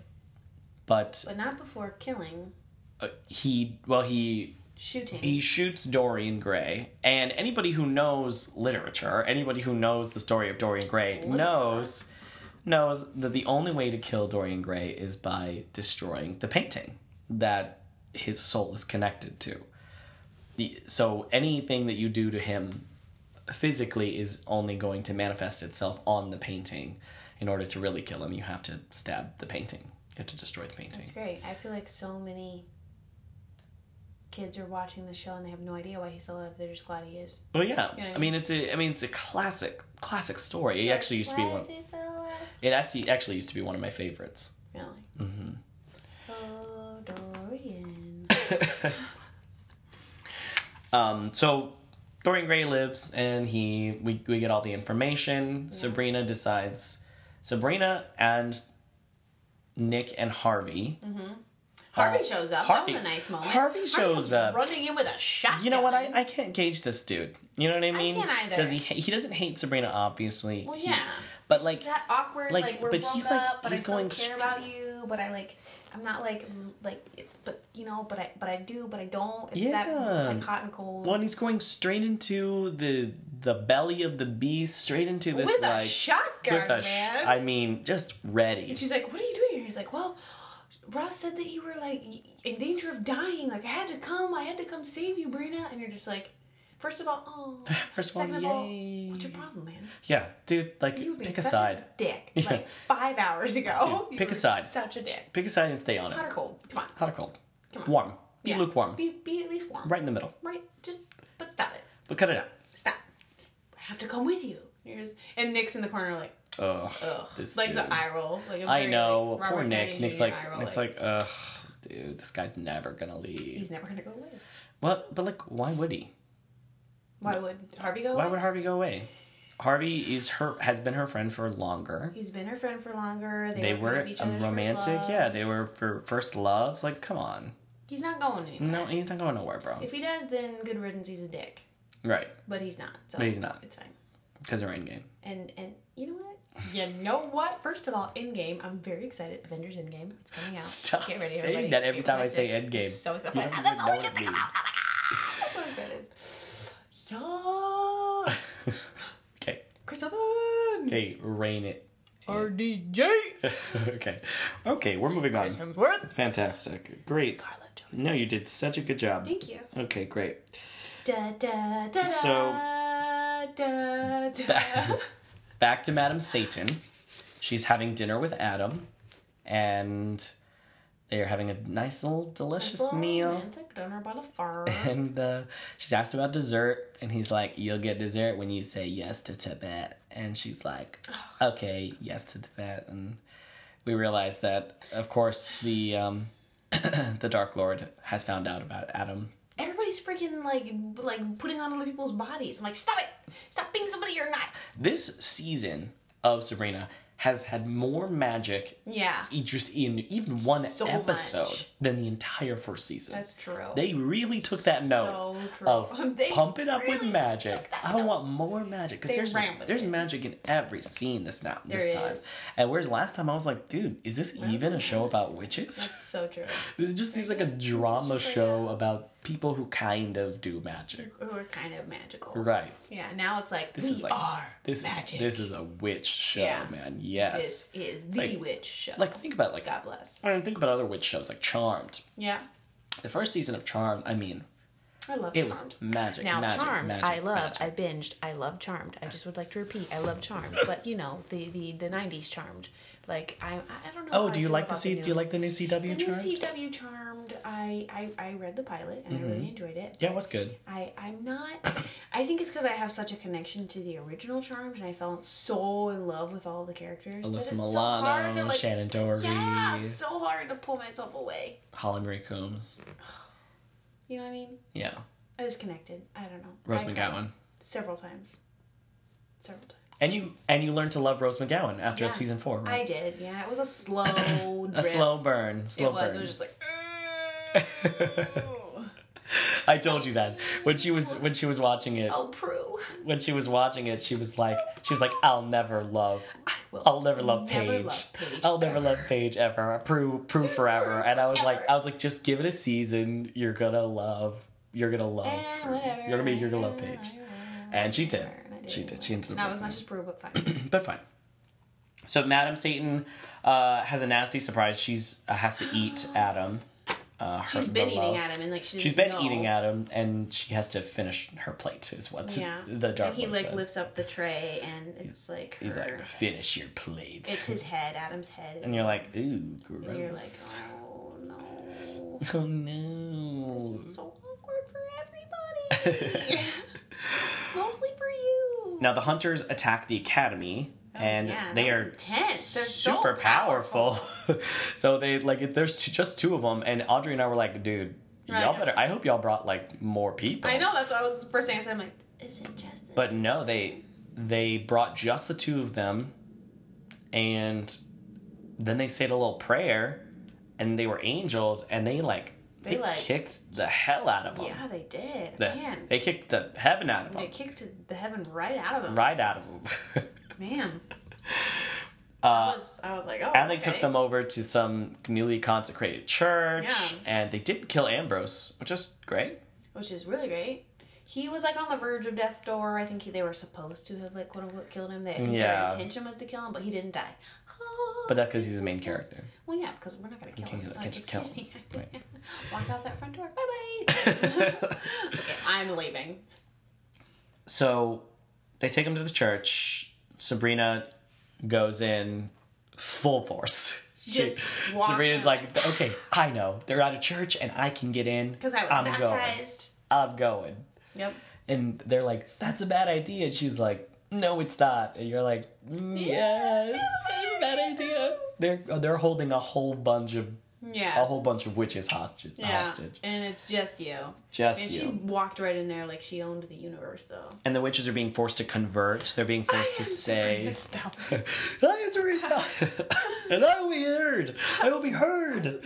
Speaker 1: but
Speaker 2: but not before killing,
Speaker 1: uh, he, well, he
Speaker 2: shooting.
Speaker 1: he shoots Dorian Gray, and anybody who knows literature, anybody who knows the story of Dorian Gray knows knows that the only way to kill Dorian Gray is by destroying the painting that his soul is connected to. The, so anything that you do to him physically is only going to manifest itself on the painting. In order to really kill him, you have to stab the painting. You have to destroy the painting.
Speaker 2: It's great. I feel like so many kids are watching the show and they have no idea why he's still alive. They're just glad he is.
Speaker 1: Well, yeah.
Speaker 2: You know what I
Speaker 1: I mean, it's a. I mean, it's a classic, classic story. It actually used to be one. It actually actually used to be one of my favorites.
Speaker 2: Really? Mm-hmm. Oh,
Speaker 1: Mm-hmm.
Speaker 2: Dorian.
Speaker 1: Um, so Dorian Gray lives, and he we we get all the information. Sabrina decides. Sabrina and Nick and Harvey.
Speaker 2: Mm-hmm.
Speaker 1: Uh,
Speaker 2: Harvey shows up.
Speaker 1: Harvey-
Speaker 2: that was a nice moment.
Speaker 1: Harvey shows
Speaker 2: comes
Speaker 1: up.
Speaker 2: Running in with a shotgun.
Speaker 1: You know what? I, I can't gauge this dude. You know what I mean?
Speaker 2: can't either.
Speaker 1: Does he? He doesn't hate Sabrina, obviously.
Speaker 2: Well,
Speaker 1: He-
Speaker 2: yeah.
Speaker 1: But like,
Speaker 2: that awkward
Speaker 1: like,
Speaker 2: like, we're
Speaker 1: but
Speaker 2: broke
Speaker 1: he's, like,
Speaker 2: up, but
Speaker 1: he's
Speaker 2: I still
Speaker 1: going
Speaker 2: care about you, but I like I'm not like mm, like it- but you know, but I but I do, but I don't. It's
Speaker 1: Yeah.
Speaker 2: that like, hot and cold.
Speaker 1: well, and he's going straight into the the belly of the beast, straight into this
Speaker 2: with
Speaker 1: like
Speaker 2: a shotgun,
Speaker 1: with a. Sh-
Speaker 2: man.
Speaker 1: I mean, just ready.
Speaker 2: and she's like, "What are you doing here?" He's like, "Well, Ross said that you were like in danger of dying. Like I had to come. I had to come save you, Brina." And you're just like, first of all,
Speaker 1: (sighs)
Speaker 2: oh.
Speaker 1: First
Speaker 2: Second
Speaker 1: one,
Speaker 2: of all,
Speaker 1: yay!
Speaker 2: What's your problem, man?
Speaker 1: Yeah, dude. Like,
Speaker 2: You were being
Speaker 1: pick a
Speaker 2: such
Speaker 1: side.
Speaker 2: a
Speaker 1: (laughs)
Speaker 2: dick like five hours ago.
Speaker 1: Dude,
Speaker 2: You
Speaker 1: pick a
Speaker 2: were
Speaker 1: side.
Speaker 2: Such a dick.
Speaker 1: Pick a side and stay on it.
Speaker 2: Hot or cold? Come on.
Speaker 1: Hot or cold?
Speaker 2: Come on.
Speaker 1: Warm. Be
Speaker 2: Yeah.
Speaker 1: lukewarm.
Speaker 2: Be, be at least warm.
Speaker 1: right in the middle.
Speaker 2: Right. Just, but stop it.
Speaker 1: But cut it out.
Speaker 2: Stop. I have to come with you. Here's, and Nick's in the corner like,
Speaker 1: Ugh.
Speaker 2: ugh.
Speaker 1: this
Speaker 2: like
Speaker 1: dude.
Speaker 2: the eye roll. Like, a
Speaker 1: I
Speaker 2: very,
Speaker 1: know.
Speaker 2: like,
Speaker 1: Poor
Speaker 2: Robert
Speaker 1: Nick.
Speaker 2: Downey
Speaker 1: Nick's
Speaker 2: Jr.
Speaker 1: like,
Speaker 2: eye roll,
Speaker 1: Nick's like, ugh, dude, this guy's never gonna leave.
Speaker 2: he's never gonna go away.
Speaker 1: What? But like, why would he?
Speaker 2: Why would Harvey go?
Speaker 1: Why
Speaker 2: away?
Speaker 1: would Harvey go away? Harvey is her has been her friend for longer.
Speaker 2: He's been her friend for longer. They,
Speaker 1: They
Speaker 2: were, kind
Speaker 1: were
Speaker 2: of each
Speaker 1: um,
Speaker 2: other's first
Speaker 1: romantic. Yeah, they
Speaker 2: loves.
Speaker 1: were for first loves. Like, come on.
Speaker 2: He's not going anywhere.
Speaker 1: No, he's not going nowhere, bro.
Speaker 2: If he does, then good riddance. He's a dick,
Speaker 1: Right,
Speaker 2: but he's not. So
Speaker 1: But he's not.
Speaker 2: It's fine.
Speaker 1: because they're in game.
Speaker 2: And and you know what? You know what? First of all, Endgame. I'm very excited. Avengers Endgame. It's coming
Speaker 1: (laughs)
Speaker 2: out.
Speaker 1: Stop
Speaker 2: Get ready,
Speaker 1: saying
Speaker 2: everybody.
Speaker 1: that every
Speaker 2: April
Speaker 1: time I say
Speaker 2: 26th.
Speaker 1: Endgame.
Speaker 2: So
Speaker 1: You don't
Speaker 2: excited. That's
Speaker 1: even
Speaker 2: all
Speaker 1: know
Speaker 2: I can
Speaker 1: what it
Speaker 2: think about. I'm so excited. Yes.
Speaker 1: Okay,
Speaker 2: Chris Evans.
Speaker 1: okay, rein it.
Speaker 2: RDJ.
Speaker 1: (laughs) okay, okay, we're moving on.
Speaker 2: Chris Hemsworth.
Speaker 1: Fantastic, great.
Speaker 2: Carla Jones.
Speaker 1: No, you did such a good job.
Speaker 2: Thank you.
Speaker 1: Okay, great.
Speaker 2: Da da da
Speaker 1: So-
Speaker 2: da da
Speaker 1: (laughs)
Speaker 2: da.
Speaker 1: back to Madam Satan. She's having dinner with Adam, and they're having a nice little delicious meal.
Speaker 2: Romantic dinner by the fire. (laughs)
Speaker 1: And uh, she's asked about dessert, and he's like, "You'll get dessert when you say yes to Tibet." And she's like,
Speaker 2: Oh,
Speaker 1: "Okay, yes to Tibet." And we realize that, of course, the um, (clears throat) the Dark Lord has found out about Adam.
Speaker 2: Everybody's freaking like like putting on other people's bodies. I'm like, stop it! Stop being somebody you're not.
Speaker 1: This season of Sabrina has had more magic
Speaker 2: Yeah,
Speaker 1: e- just in even one
Speaker 2: So
Speaker 1: episode
Speaker 2: much.
Speaker 1: than the entire first season.
Speaker 2: that's true.
Speaker 1: they really took that note
Speaker 2: so true.
Speaker 1: of
Speaker 2: (laughs) They
Speaker 1: pump it up
Speaker 2: really
Speaker 1: with magic.
Speaker 2: took that
Speaker 1: I want more magic because
Speaker 2: They
Speaker 1: there's
Speaker 2: ran with
Speaker 1: there's
Speaker 2: it.
Speaker 1: magic in every scene this now this
Speaker 2: There
Speaker 1: time.
Speaker 2: is.
Speaker 1: And whereas last time I was like, dude, is this even a show about witches?
Speaker 2: That's so true.
Speaker 1: This just seems like a
Speaker 2: just
Speaker 1: drama
Speaker 2: like
Speaker 1: show
Speaker 2: a-
Speaker 1: about people who kind of do magic.
Speaker 2: Who are kind of magical.
Speaker 1: Right.
Speaker 2: Yeah. Now it's like
Speaker 1: This
Speaker 2: we
Speaker 1: is like
Speaker 2: are
Speaker 1: this
Speaker 2: magic.
Speaker 1: is this is a witch show,
Speaker 2: Yeah.
Speaker 1: man. Yes.
Speaker 2: This is the
Speaker 1: like-
Speaker 2: witch show.
Speaker 1: like think about like
Speaker 2: God bless.
Speaker 1: I mean, think about other witch shows like Charmed.
Speaker 2: Yeah,
Speaker 1: The first season of Charmed, I mean,
Speaker 2: I love
Speaker 1: it
Speaker 2: Charmed.
Speaker 1: was magic.
Speaker 2: Now,
Speaker 1: magic,
Speaker 2: Charmed,
Speaker 1: magic,
Speaker 2: I love.
Speaker 1: magic.
Speaker 2: I binged. I love Charmed. I just would like to repeat, I love Charmed. But you know, the the the '90s Charmed. Like I, I don't know.
Speaker 1: Oh,
Speaker 2: how
Speaker 1: do
Speaker 2: I
Speaker 1: you
Speaker 2: feel
Speaker 1: like the
Speaker 2: about
Speaker 1: C?
Speaker 2: new-
Speaker 1: Do you like the new
Speaker 2: the
Speaker 1: CW
Speaker 2: new
Speaker 1: Charmed?
Speaker 2: CW Charmed? I I I read the pilot and I
Speaker 1: Mm-hmm.
Speaker 2: really enjoyed it.
Speaker 1: Yeah, it was good.
Speaker 2: I, I'm not. I think it's because I have such a connection to the original Charmed, and I fell so in love with all the characters. that
Speaker 1: Alyssa
Speaker 2: it's so
Speaker 1: Milano,
Speaker 2: hard to, like-
Speaker 1: Shannon Doherty,
Speaker 2: Yeah, so hard to pull myself away.
Speaker 1: Holly Marie Combs.
Speaker 2: You know what I mean?
Speaker 1: Yeah,
Speaker 2: I was connected. I don't know.
Speaker 1: Rose
Speaker 2: I cried
Speaker 1: McGowan.
Speaker 2: Several times. Several times.
Speaker 1: And you and you learned to love Rose McGowan after
Speaker 2: Yeah.
Speaker 1: season four, right?
Speaker 2: I did.
Speaker 1: (coughs)
Speaker 2: Yeah, it was a slow. drip.
Speaker 1: A slow burn, slow
Speaker 2: It was. It
Speaker 1: burn.
Speaker 2: was just like.
Speaker 1: (laughs)
Speaker 2: "Ooh."
Speaker 1: I told you that when she was when she was watching it.
Speaker 2: oh, Prue.
Speaker 1: When she was watching it, she was like, she was like, "I'll never love,
Speaker 2: I will.
Speaker 1: I'll never love
Speaker 2: never
Speaker 1: Paige,
Speaker 2: love Paige
Speaker 1: I'll never love Paige ever, Prue, Prue forever." And I was like,
Speaker 2: forever.
Speaker 1: I was like, just give it a season. You're gonna love, you're gonna love,
Speaker 2: Eh,
Speaker 1: Prue.
Speaker 2: whatever.
Speaker 1: you're gonna be, you're gonna love Paige. And she did.
Speaker 2: And I
Speaker 1: She did. She ended up
Speaker 2: Not
Speaker 1: loving
Speaker 2: as
Speaker 1: it.
Speaker 2: much as Prue, but
Speaker 1: (clears throat)
Speaker 2: fine.
Speaker 1: but fine. So Madam Satan uh, has a nasty surprise. She's uh, has to eat
Speaker 2: (gasps)
Speaker 1: Adam. Uh, her,
Speaker 2: She's been
Speaker 1: the
Speaker 2: eating
Speaker 1: love.
Speaker 2: Adam, and like she.
Speaker 1: She's been
Speaker 2: know.
Speaker 1: eating Adam, and she has to finish her plate. Is what
Speaker 2: Yeah.
Speaker 1: the dark
Speaker 2: And he
Speaker 1: Lord
Speaker 2: like
Speaker 1: says.
Speaker 2: lifts up the tray, and it's like.
Speaker 1: He's
Speaker 2: her-
Speaker 1: like, finish your plate,
Speaker 2: It's his head, Adam's head,
Speaker 1: and you're like, ooh,
Speaker 2: and you're like,
Speaker 1: gross.
Speaker 2: oh no.
Speaker 1: oh no.
Speaker 2: This
Speaker 1: Mm.
Speaker 2: is so awkward for everybody.
Speaker 1: (laughs)
Speaker 2: Mostly for you.
Speaker 1: Now the hunters attack the academy, and
Speaker 2: Oh, yeah,
Speaker 1: they
Speaker 2: that
Speaker 1: are
Speaker 2: was intense. They're so
Speaker 1: super powerful. (laughs) so they like it, there's two, just two of them, and Audrey and I were like, dude,
Speaker 2: Right.
Speaker 1: y'all better. I hope y'all brought like more people.
Speaker 2: I know that's what I was the first thing I said. I'm like, is it
Speaker 1: (laughs)
Speaker 2: just this?
Speaker 1: but no, they they brought just the two of them, and then they said a little prayer, and they were angels, and they like
Speaker 2: They, like-
Speaker 1: kicked the hell out of them.
Speaker 2: yeah, they did.
Speaker 1: The-
Speaker 2: Man,
Speaker 1: they kicked (laughs) the heaven out of
Speaker 2: they
Speaker 1: them,
Speaker 2: kicked the heaven right out of him.
Speaker 1: right out of them.
Speaker 2: Man, I was, I was like, oh.
Speaker 1: (laughs) And they
Speaker 2: okay.
Speaker 1: took them over to some newly consecrated church,
Speaker 2: Yeah.
Speaker 1: and they didn't kill Ambrose, which is great.
Speaker 2: which is really great. He was like on the verge of death's door. I think he, they were supposed to have like quote unquote killed him. They, I think
Speaker 1: Yeah.
Speaker 2: Their intention was to kill him, but he didn't die.
Speaker 1: But that's because he's the main character.
Speaker 2: well, yeah, because we're not gonna kill
Speaker 1: can't-
Speaker 2: him. Uh,
Speaker 1: I can't just
Speaker 2: excuse
Speaker 1: kill him.
Speaker 2: me. (laughs) Walk out that front door. Bye bye.
Speaker 1: so
Speaker 2: okay, I'm leaving.
Speaker 1: they take him to the church. Sabrina goes in full force.
Speaker 2: Just
Speaker 1: She-
Speaker 2: walks
Speaker 1: Sabrina's
Speaker 2: in.
Speaker 1: like, okay, I know. They're out of church and I can get in.
Speaker 2: Because I was
Speaker 1: I'm Going.
Speaker 2: baptized.
Speaker 1: I'm going.
Speaker 2: Yep.
Speaker 1: And they're like, that's a bad idea. And she's like, no, it's not. And you're like, "Mm, yeah, it's a bad idea. They're they're holding a whole bunch of
Speaker 2: Yeah.
Speaker 1: a whole bunch of witches hostage.
Speaker 2: yeah.
Speaker 1: Hostage.
Speaker 2: And it's just you.
Speaker 1: Just
Speaker 2: and
Speaker 1: you.
Speaker 2: she walked right in there like she owned the universe though.
Speaker 1: and the witches are being forced to convert. They're being forced to say,
Speaker 2: spell.
Speaker 1: "I (laughs) am Sabrina (laughs) Scarlet, and I will be heard. I will be heard."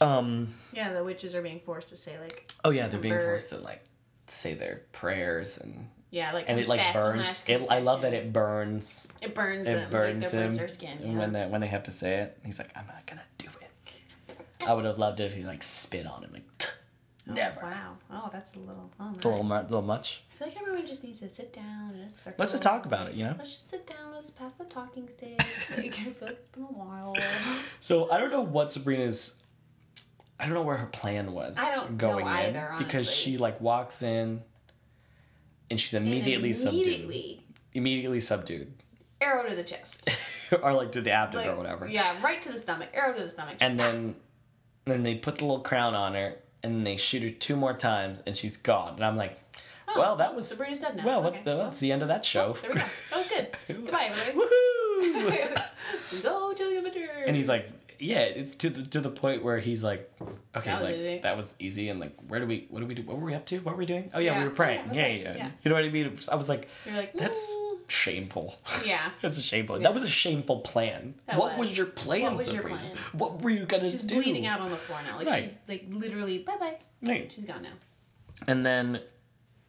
Speaker 1: Um.
Speaker 2: yeah, the witches are being forced to say like
Speaker 1: Oh yeah, they're being
Speaker 2: Convert.
Speaker 1: forced to like say their prayers and
Speaker 2: yeah, like
Speaker 1: and it like
Speaker 2: confess when
Speaker 1: burns.
Speaker 2: that's
Speaker 1: It, I love
Speaker 2: confession.
Speaker 1: that it burns.
Speaker 2: It burns
Speaker 1: It
Speaker 2: them.
Speaker 1: burns
Speaker 2: like, that
Speaker 1: him.
Speaker 2: burns their skin.
Speaker 1: And
Speaker 2: yeah.
Speaker 1: when they when they have to say it, he's like, "I'm not gonna do it." I would have loved it if he like spit on him, like "Tch, never.
Speaker 2: (laughs) Wow. Oh, that's a little. Oh,
Speaker 1: It's a
Speaker 2: man.
Speaker 1: little, mu- little much.
Speaker 2: I feel like everyone just needs to sit down. And just
Speaker 1: Let's just talk about it, you know.
Speaker 2: Let's just sit down. Let's pass the talking (laughs) stage. like, I feel like it's been a while.
Speaker 1: So I don't know what Sabrina's. I don't know where her plan was
Speaker 2: I don't know
Speaker 1: going in
Speaker 2: either,
Speaker 1: because
Speaker 2: honestly.
Speaker 1: she like walks in, and she's immediately,
Speaker 2: And
Speaker 1: subdued.
Speaker 2: Immediately.
Speaker 1: Immediately subdued, (laughs)
Speaker 2: Arrow to the chest.
Speaker 1: or like to the abdomen (laughs)
Speaker 2: Like,
Speaker 1: or whatever.
Speaker 2: Yeah, right to the stomach. Arrow to the stomach.
Speaker 1: And then, then they put the little crown on her, and they shoot her two more times, and she's gone. And I'm like, well, that was
Speaker 2: Oh, Sabrina's dead now.
Speaker 1: Well, what's
Speaker 2: Okay.
Speaker 1: the that's the end of that show.
Speaker 2: There we go. That was
Speaker 1: (laughs)
Speaker 2: good. Goodbye, everybody.
Speaker 1: Woohoo!
Speaker 2: (laughs) go to the amateur.
Speaker 1: and he's like yeah it's to the to the point where he's like okay
Speaker 2: That was
Speaker 1: like
Speaker 2: easy.
Speaker 1: that was easy and like where do we what do we do what were we up to what were we doing oh yeah,
Speaker 2: Yeah.
Speaker 1: we were praying
Speaker 2: Yeah, that's
Speaker 1: yeah,
Speaker 2: right.
Speaker 1: yeah,
Speaker 2: Yeah.
Speaker 1: you know what i mean i was like
Speaker 2: You're like,
Speaker 1: that's
Speaker 2: "Mm."
Speaker 1: shameful (laughs)
Speaker 2: Yeah.
Speaker 1: that's a shameful
Speaker 2: Yeah.
Speaker 1: that was a shameful plan
Speaker 2: That
Speaker 1: what was.
Speaker 2: was.
Speaker 1: your plan
Speaker 2: What was your
Speaker 1: Sabrina?
Speaker 2: plan?
Speaker 1: what were you gonna
Speaker 2: She's
Speaker 1: do
Speaker 2: bleeding out on the floor now. Like
Speaker 1: Right.
Speaker 2: she's like literally bye bye.
Speaker 1: Right.
Speaker 2: She's gone now.
Speaker 1: and then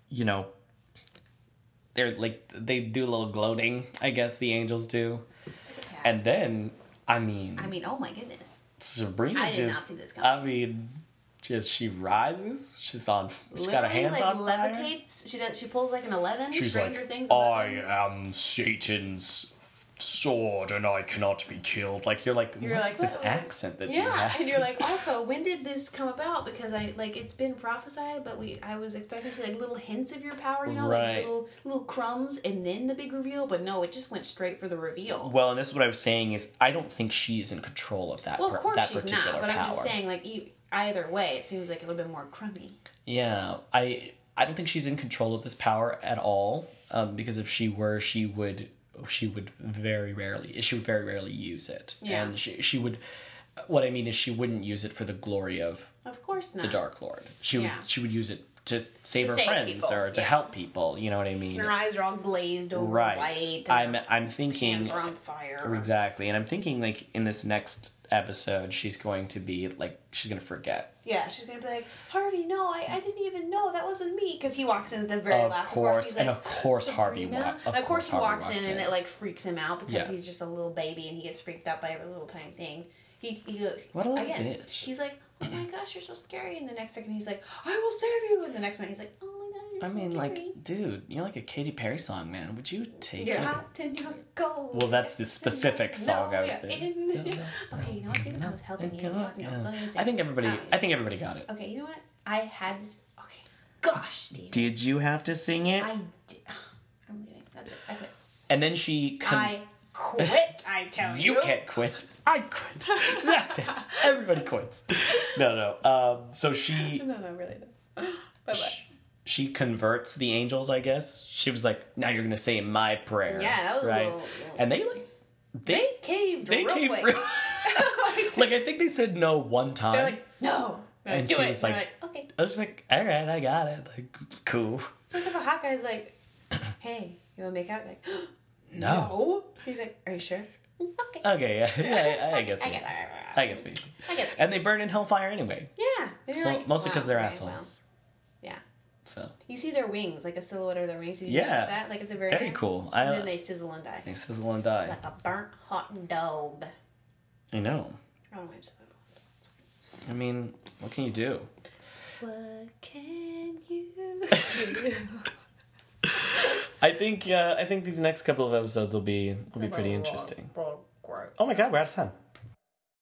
Speaker 1: you know they're like they do a little gloating i guess the angels do and then i mean
Speaker 2: I mean, oh my goodness.
Speaker 1: Sabrina
Speaker 2: I did not
Speaker 1: just.
Speaker 2: see this coming.
Speaker 1: I mean, just she rises. She's on. She's got her hands
Speaker 2: like,
Speaker 1: on fire.
Speaker 2: levitates. She does. She pulls like an eleven.
Speaker 1: She's
Speaker 2: Stranger
Speaker 1: like, "Oh,
Speaker 2: Things.
Speaker 1: I
Speaker 2: 11.
Speaker 1: am Satan's sword, and I cannot be killed. Like you're like,
Speaker 2: You're
Speaker 1: what's
Speaker 2: like,
Speaker 1: this
Speaker 2: what?
Speaker 1: accent that you
Speaker 2: Yeah,
Speaker 1: have?
Speaker 2: and
Speaker 1: (laughs)
Speaker 2: you're like, also, when did this come about? Because I like it's been prophesied, but we I was expecting to see like little hints of your power, you know,
Speaker 1: Right.
Speaker 2: like little little crumbs, and then the big reveal. But no, it just went straight for the reveal.
Speaker 1: well, and this is what I was saying is I don't think she is in control of that.
Speaker 2: Well,
Speaker 1: per-
Speaker 2: of course
Speaker 1: that
Speaker 2: she's
Speaker 1: particular
Speaker 2: not, but
Speaker 1: power.
Speaker 2: I'm just saying, like e- either way, it seems like it would have been more crummy.
Speaker 1: Yeah, I I don't think she's in control of this power at all. Um, because if she were, she would she would very rarely she would very rarely use it.
Speaker 2: Yeah.
Speaker 1: And she she would. What I mean is, she wouldn't use it for the glory of
Speaker 2: Of course not.
Speaker 1: the Dark Lord. She
Speaker 2: Yeah.
Speaker 1: would she would use it to save her
Speaker 2: save
Speaker 1: friends
Speaker 2: people,
Speaker 1: or to
Speaker 2: yeah.
Speaker 1: help people. You know what I mean?
Speaker 2: And her eyes are all glazed over
Speaker 1: Right.
Speaker 2: white. and
Speaker 1: I'm
Speaker 2: her
Speaker 1: I'm thinking
Speaker 2: hands are on fire.
Speaker 1: exactly, and I'm thinking like in this next episode, she's going to be like she's gonna forget
Speaker 2: Yeah, she's gonna be like, Harvey, no, I, I didn't even know that wasn't me. Because he walks in at the very
Speaker 1: Of
Speaker 2: last
Speaker 1: course,
Speaker 2: he's
Speaker 1: and
Speaker 2: like,
Speaker 1: of course Harvey
Speaker 2: "Sabrina?"
Speaker 1: wa- of
Speaker 2: And Of,
Speaker 1: course
Speaker 2: course, he
Speaker 1: Harvey
Speaker 2: walks,
Speaker 1: walks
Speaker 2: in,
Speaker 1: in.
Speaker 2: and it like freaks him out
Speaker 1: Yeah.
Speaker 2: because he's just a little baby and he gets freaked out by every little tiny thing. He, he goes,
Speaker 1: What a little
Speaker 2: again,
Speaker 1: bitch.
Speaker 2: He's like, oh my gosh, you're so scary. And the next second, he's like, I will save you. And the next minute, he's like, oh my gosh,
Speaker 1: I
Speaker 2: you're so
Speaker 1: mean,
Speaker 2: scary.
Speaker 1: like, dude, you're like a Katy Perry song, man. Would you take
Speaker 2: You're
Speaker 1: it?
Speaker 2: hot and you're cold.
Speaker 1: Well, that's the specific song I was
Speaker 2: you're
Speaker 1: thinking.
Speaker 2: in- okay, you know what? See, I was helping you. No, no, don't even say
Speaker 1: I think
Speaker 2: it.
Speaker 1: everybody.
Speaker 2: No, you
Speaker 1: I think everybody got it.
Speaker 2: Okay, you know what? I had. to s- Okay. Gosh, Steve.
Speaker 1: Did you have to sing it?
Speaker 2: I did. (sighs) I'm leaving. That's it. I quit.
Speaker 1: And then she. Con-
Speaker 2: I quit, I tell
Speaker 1: (laughs)
Speaker 2: you.
Speaker 1: You can't quit. I quit. (laughs) That's it. Everybody quits. No, no. Um, so she
Speaker 2: No, no, really. (gasps) Bye bye.
Speaker 1: she converts the angels. I guess she was like, "Now you're gonna say my prayer."
Speaker 2: Yeah, that was a
Speaker 1: right.
Speaker 2: little-
Speaker 1: And they like
Speaker 2: They
Speaker 1: they
Speaker 2: caved
Speaker 1: they,
Speaker 2: real
Speaker 1: came
Speaker 2: quick.
Speaker 1: through.
Speaker 2: (laughs)
Speaker 1: (laughs)
Speaker 2: Like,
Speaker 1: like I think they said no one time.
Speaker 2: they're like, no. They're
Speaker 1: And
Speaker 2: like, do
Speaker 1: she
Speaker 2: it.
Speaker 1: was
Speaker 2: And they're
Speaker 1: like-
Speaker 2: like, okay.
Speaker 1: I was like, all right, I got it. Like, cool.
Speaker 2: So if a hot
Speaker 1: (clears throat)
Speaker 2: guy's like, hey, you want to make out? Like, (gasps)
Speaker 1: No.
Speaker 2: no. He's like, are
Speaker 1: (gasps)
Speaker 2: you sure? "Mm, Okay.
Speaker 1: Okay, yeah, (laughs) yeah, I, I guess
Speaker 2: I
Speaker 1: me.
Speaker 2: get that.
Speaker 1: I guess me.
Speaker 2: I get it.
Speaker 1: And they burn in hellfire anyway.
Speaker 2: Yeah. They're
Speaker 1: Well,
Speaker 2: like,
Speaker 1: mostly because
Speaker 2: wow,
Speaker 1: they're
Speaker 2: okay,
Speaker 1: assholes.
Speaker 2: wow. Yeah.
Speaker 1: So
Speaker 2: You see their wings, like a silhouette of their wings. You
Speaker 1: Yeah.
Speaker 2: notice that, like at the very,
Speaker 1: very
Speaker 2: end?
Speaker 1: cool.
Speaker 2: And then
Speaker 1: I
Speaker 2: they sizzle and die,
Speaker 1: they sizzle and die.
Speaker 2: like a burnt hot dog.
Speaker 1: I know.
Speaker 2: I don't know why I Oh, just thought of
Speaker 1: I mean, what can you do?
Speaker 2: that. What can you do?
Speaker 1: (laughs) I think uh, I think these next couple of episodes will be will be pretty interesting. Oh my god, we're out of time.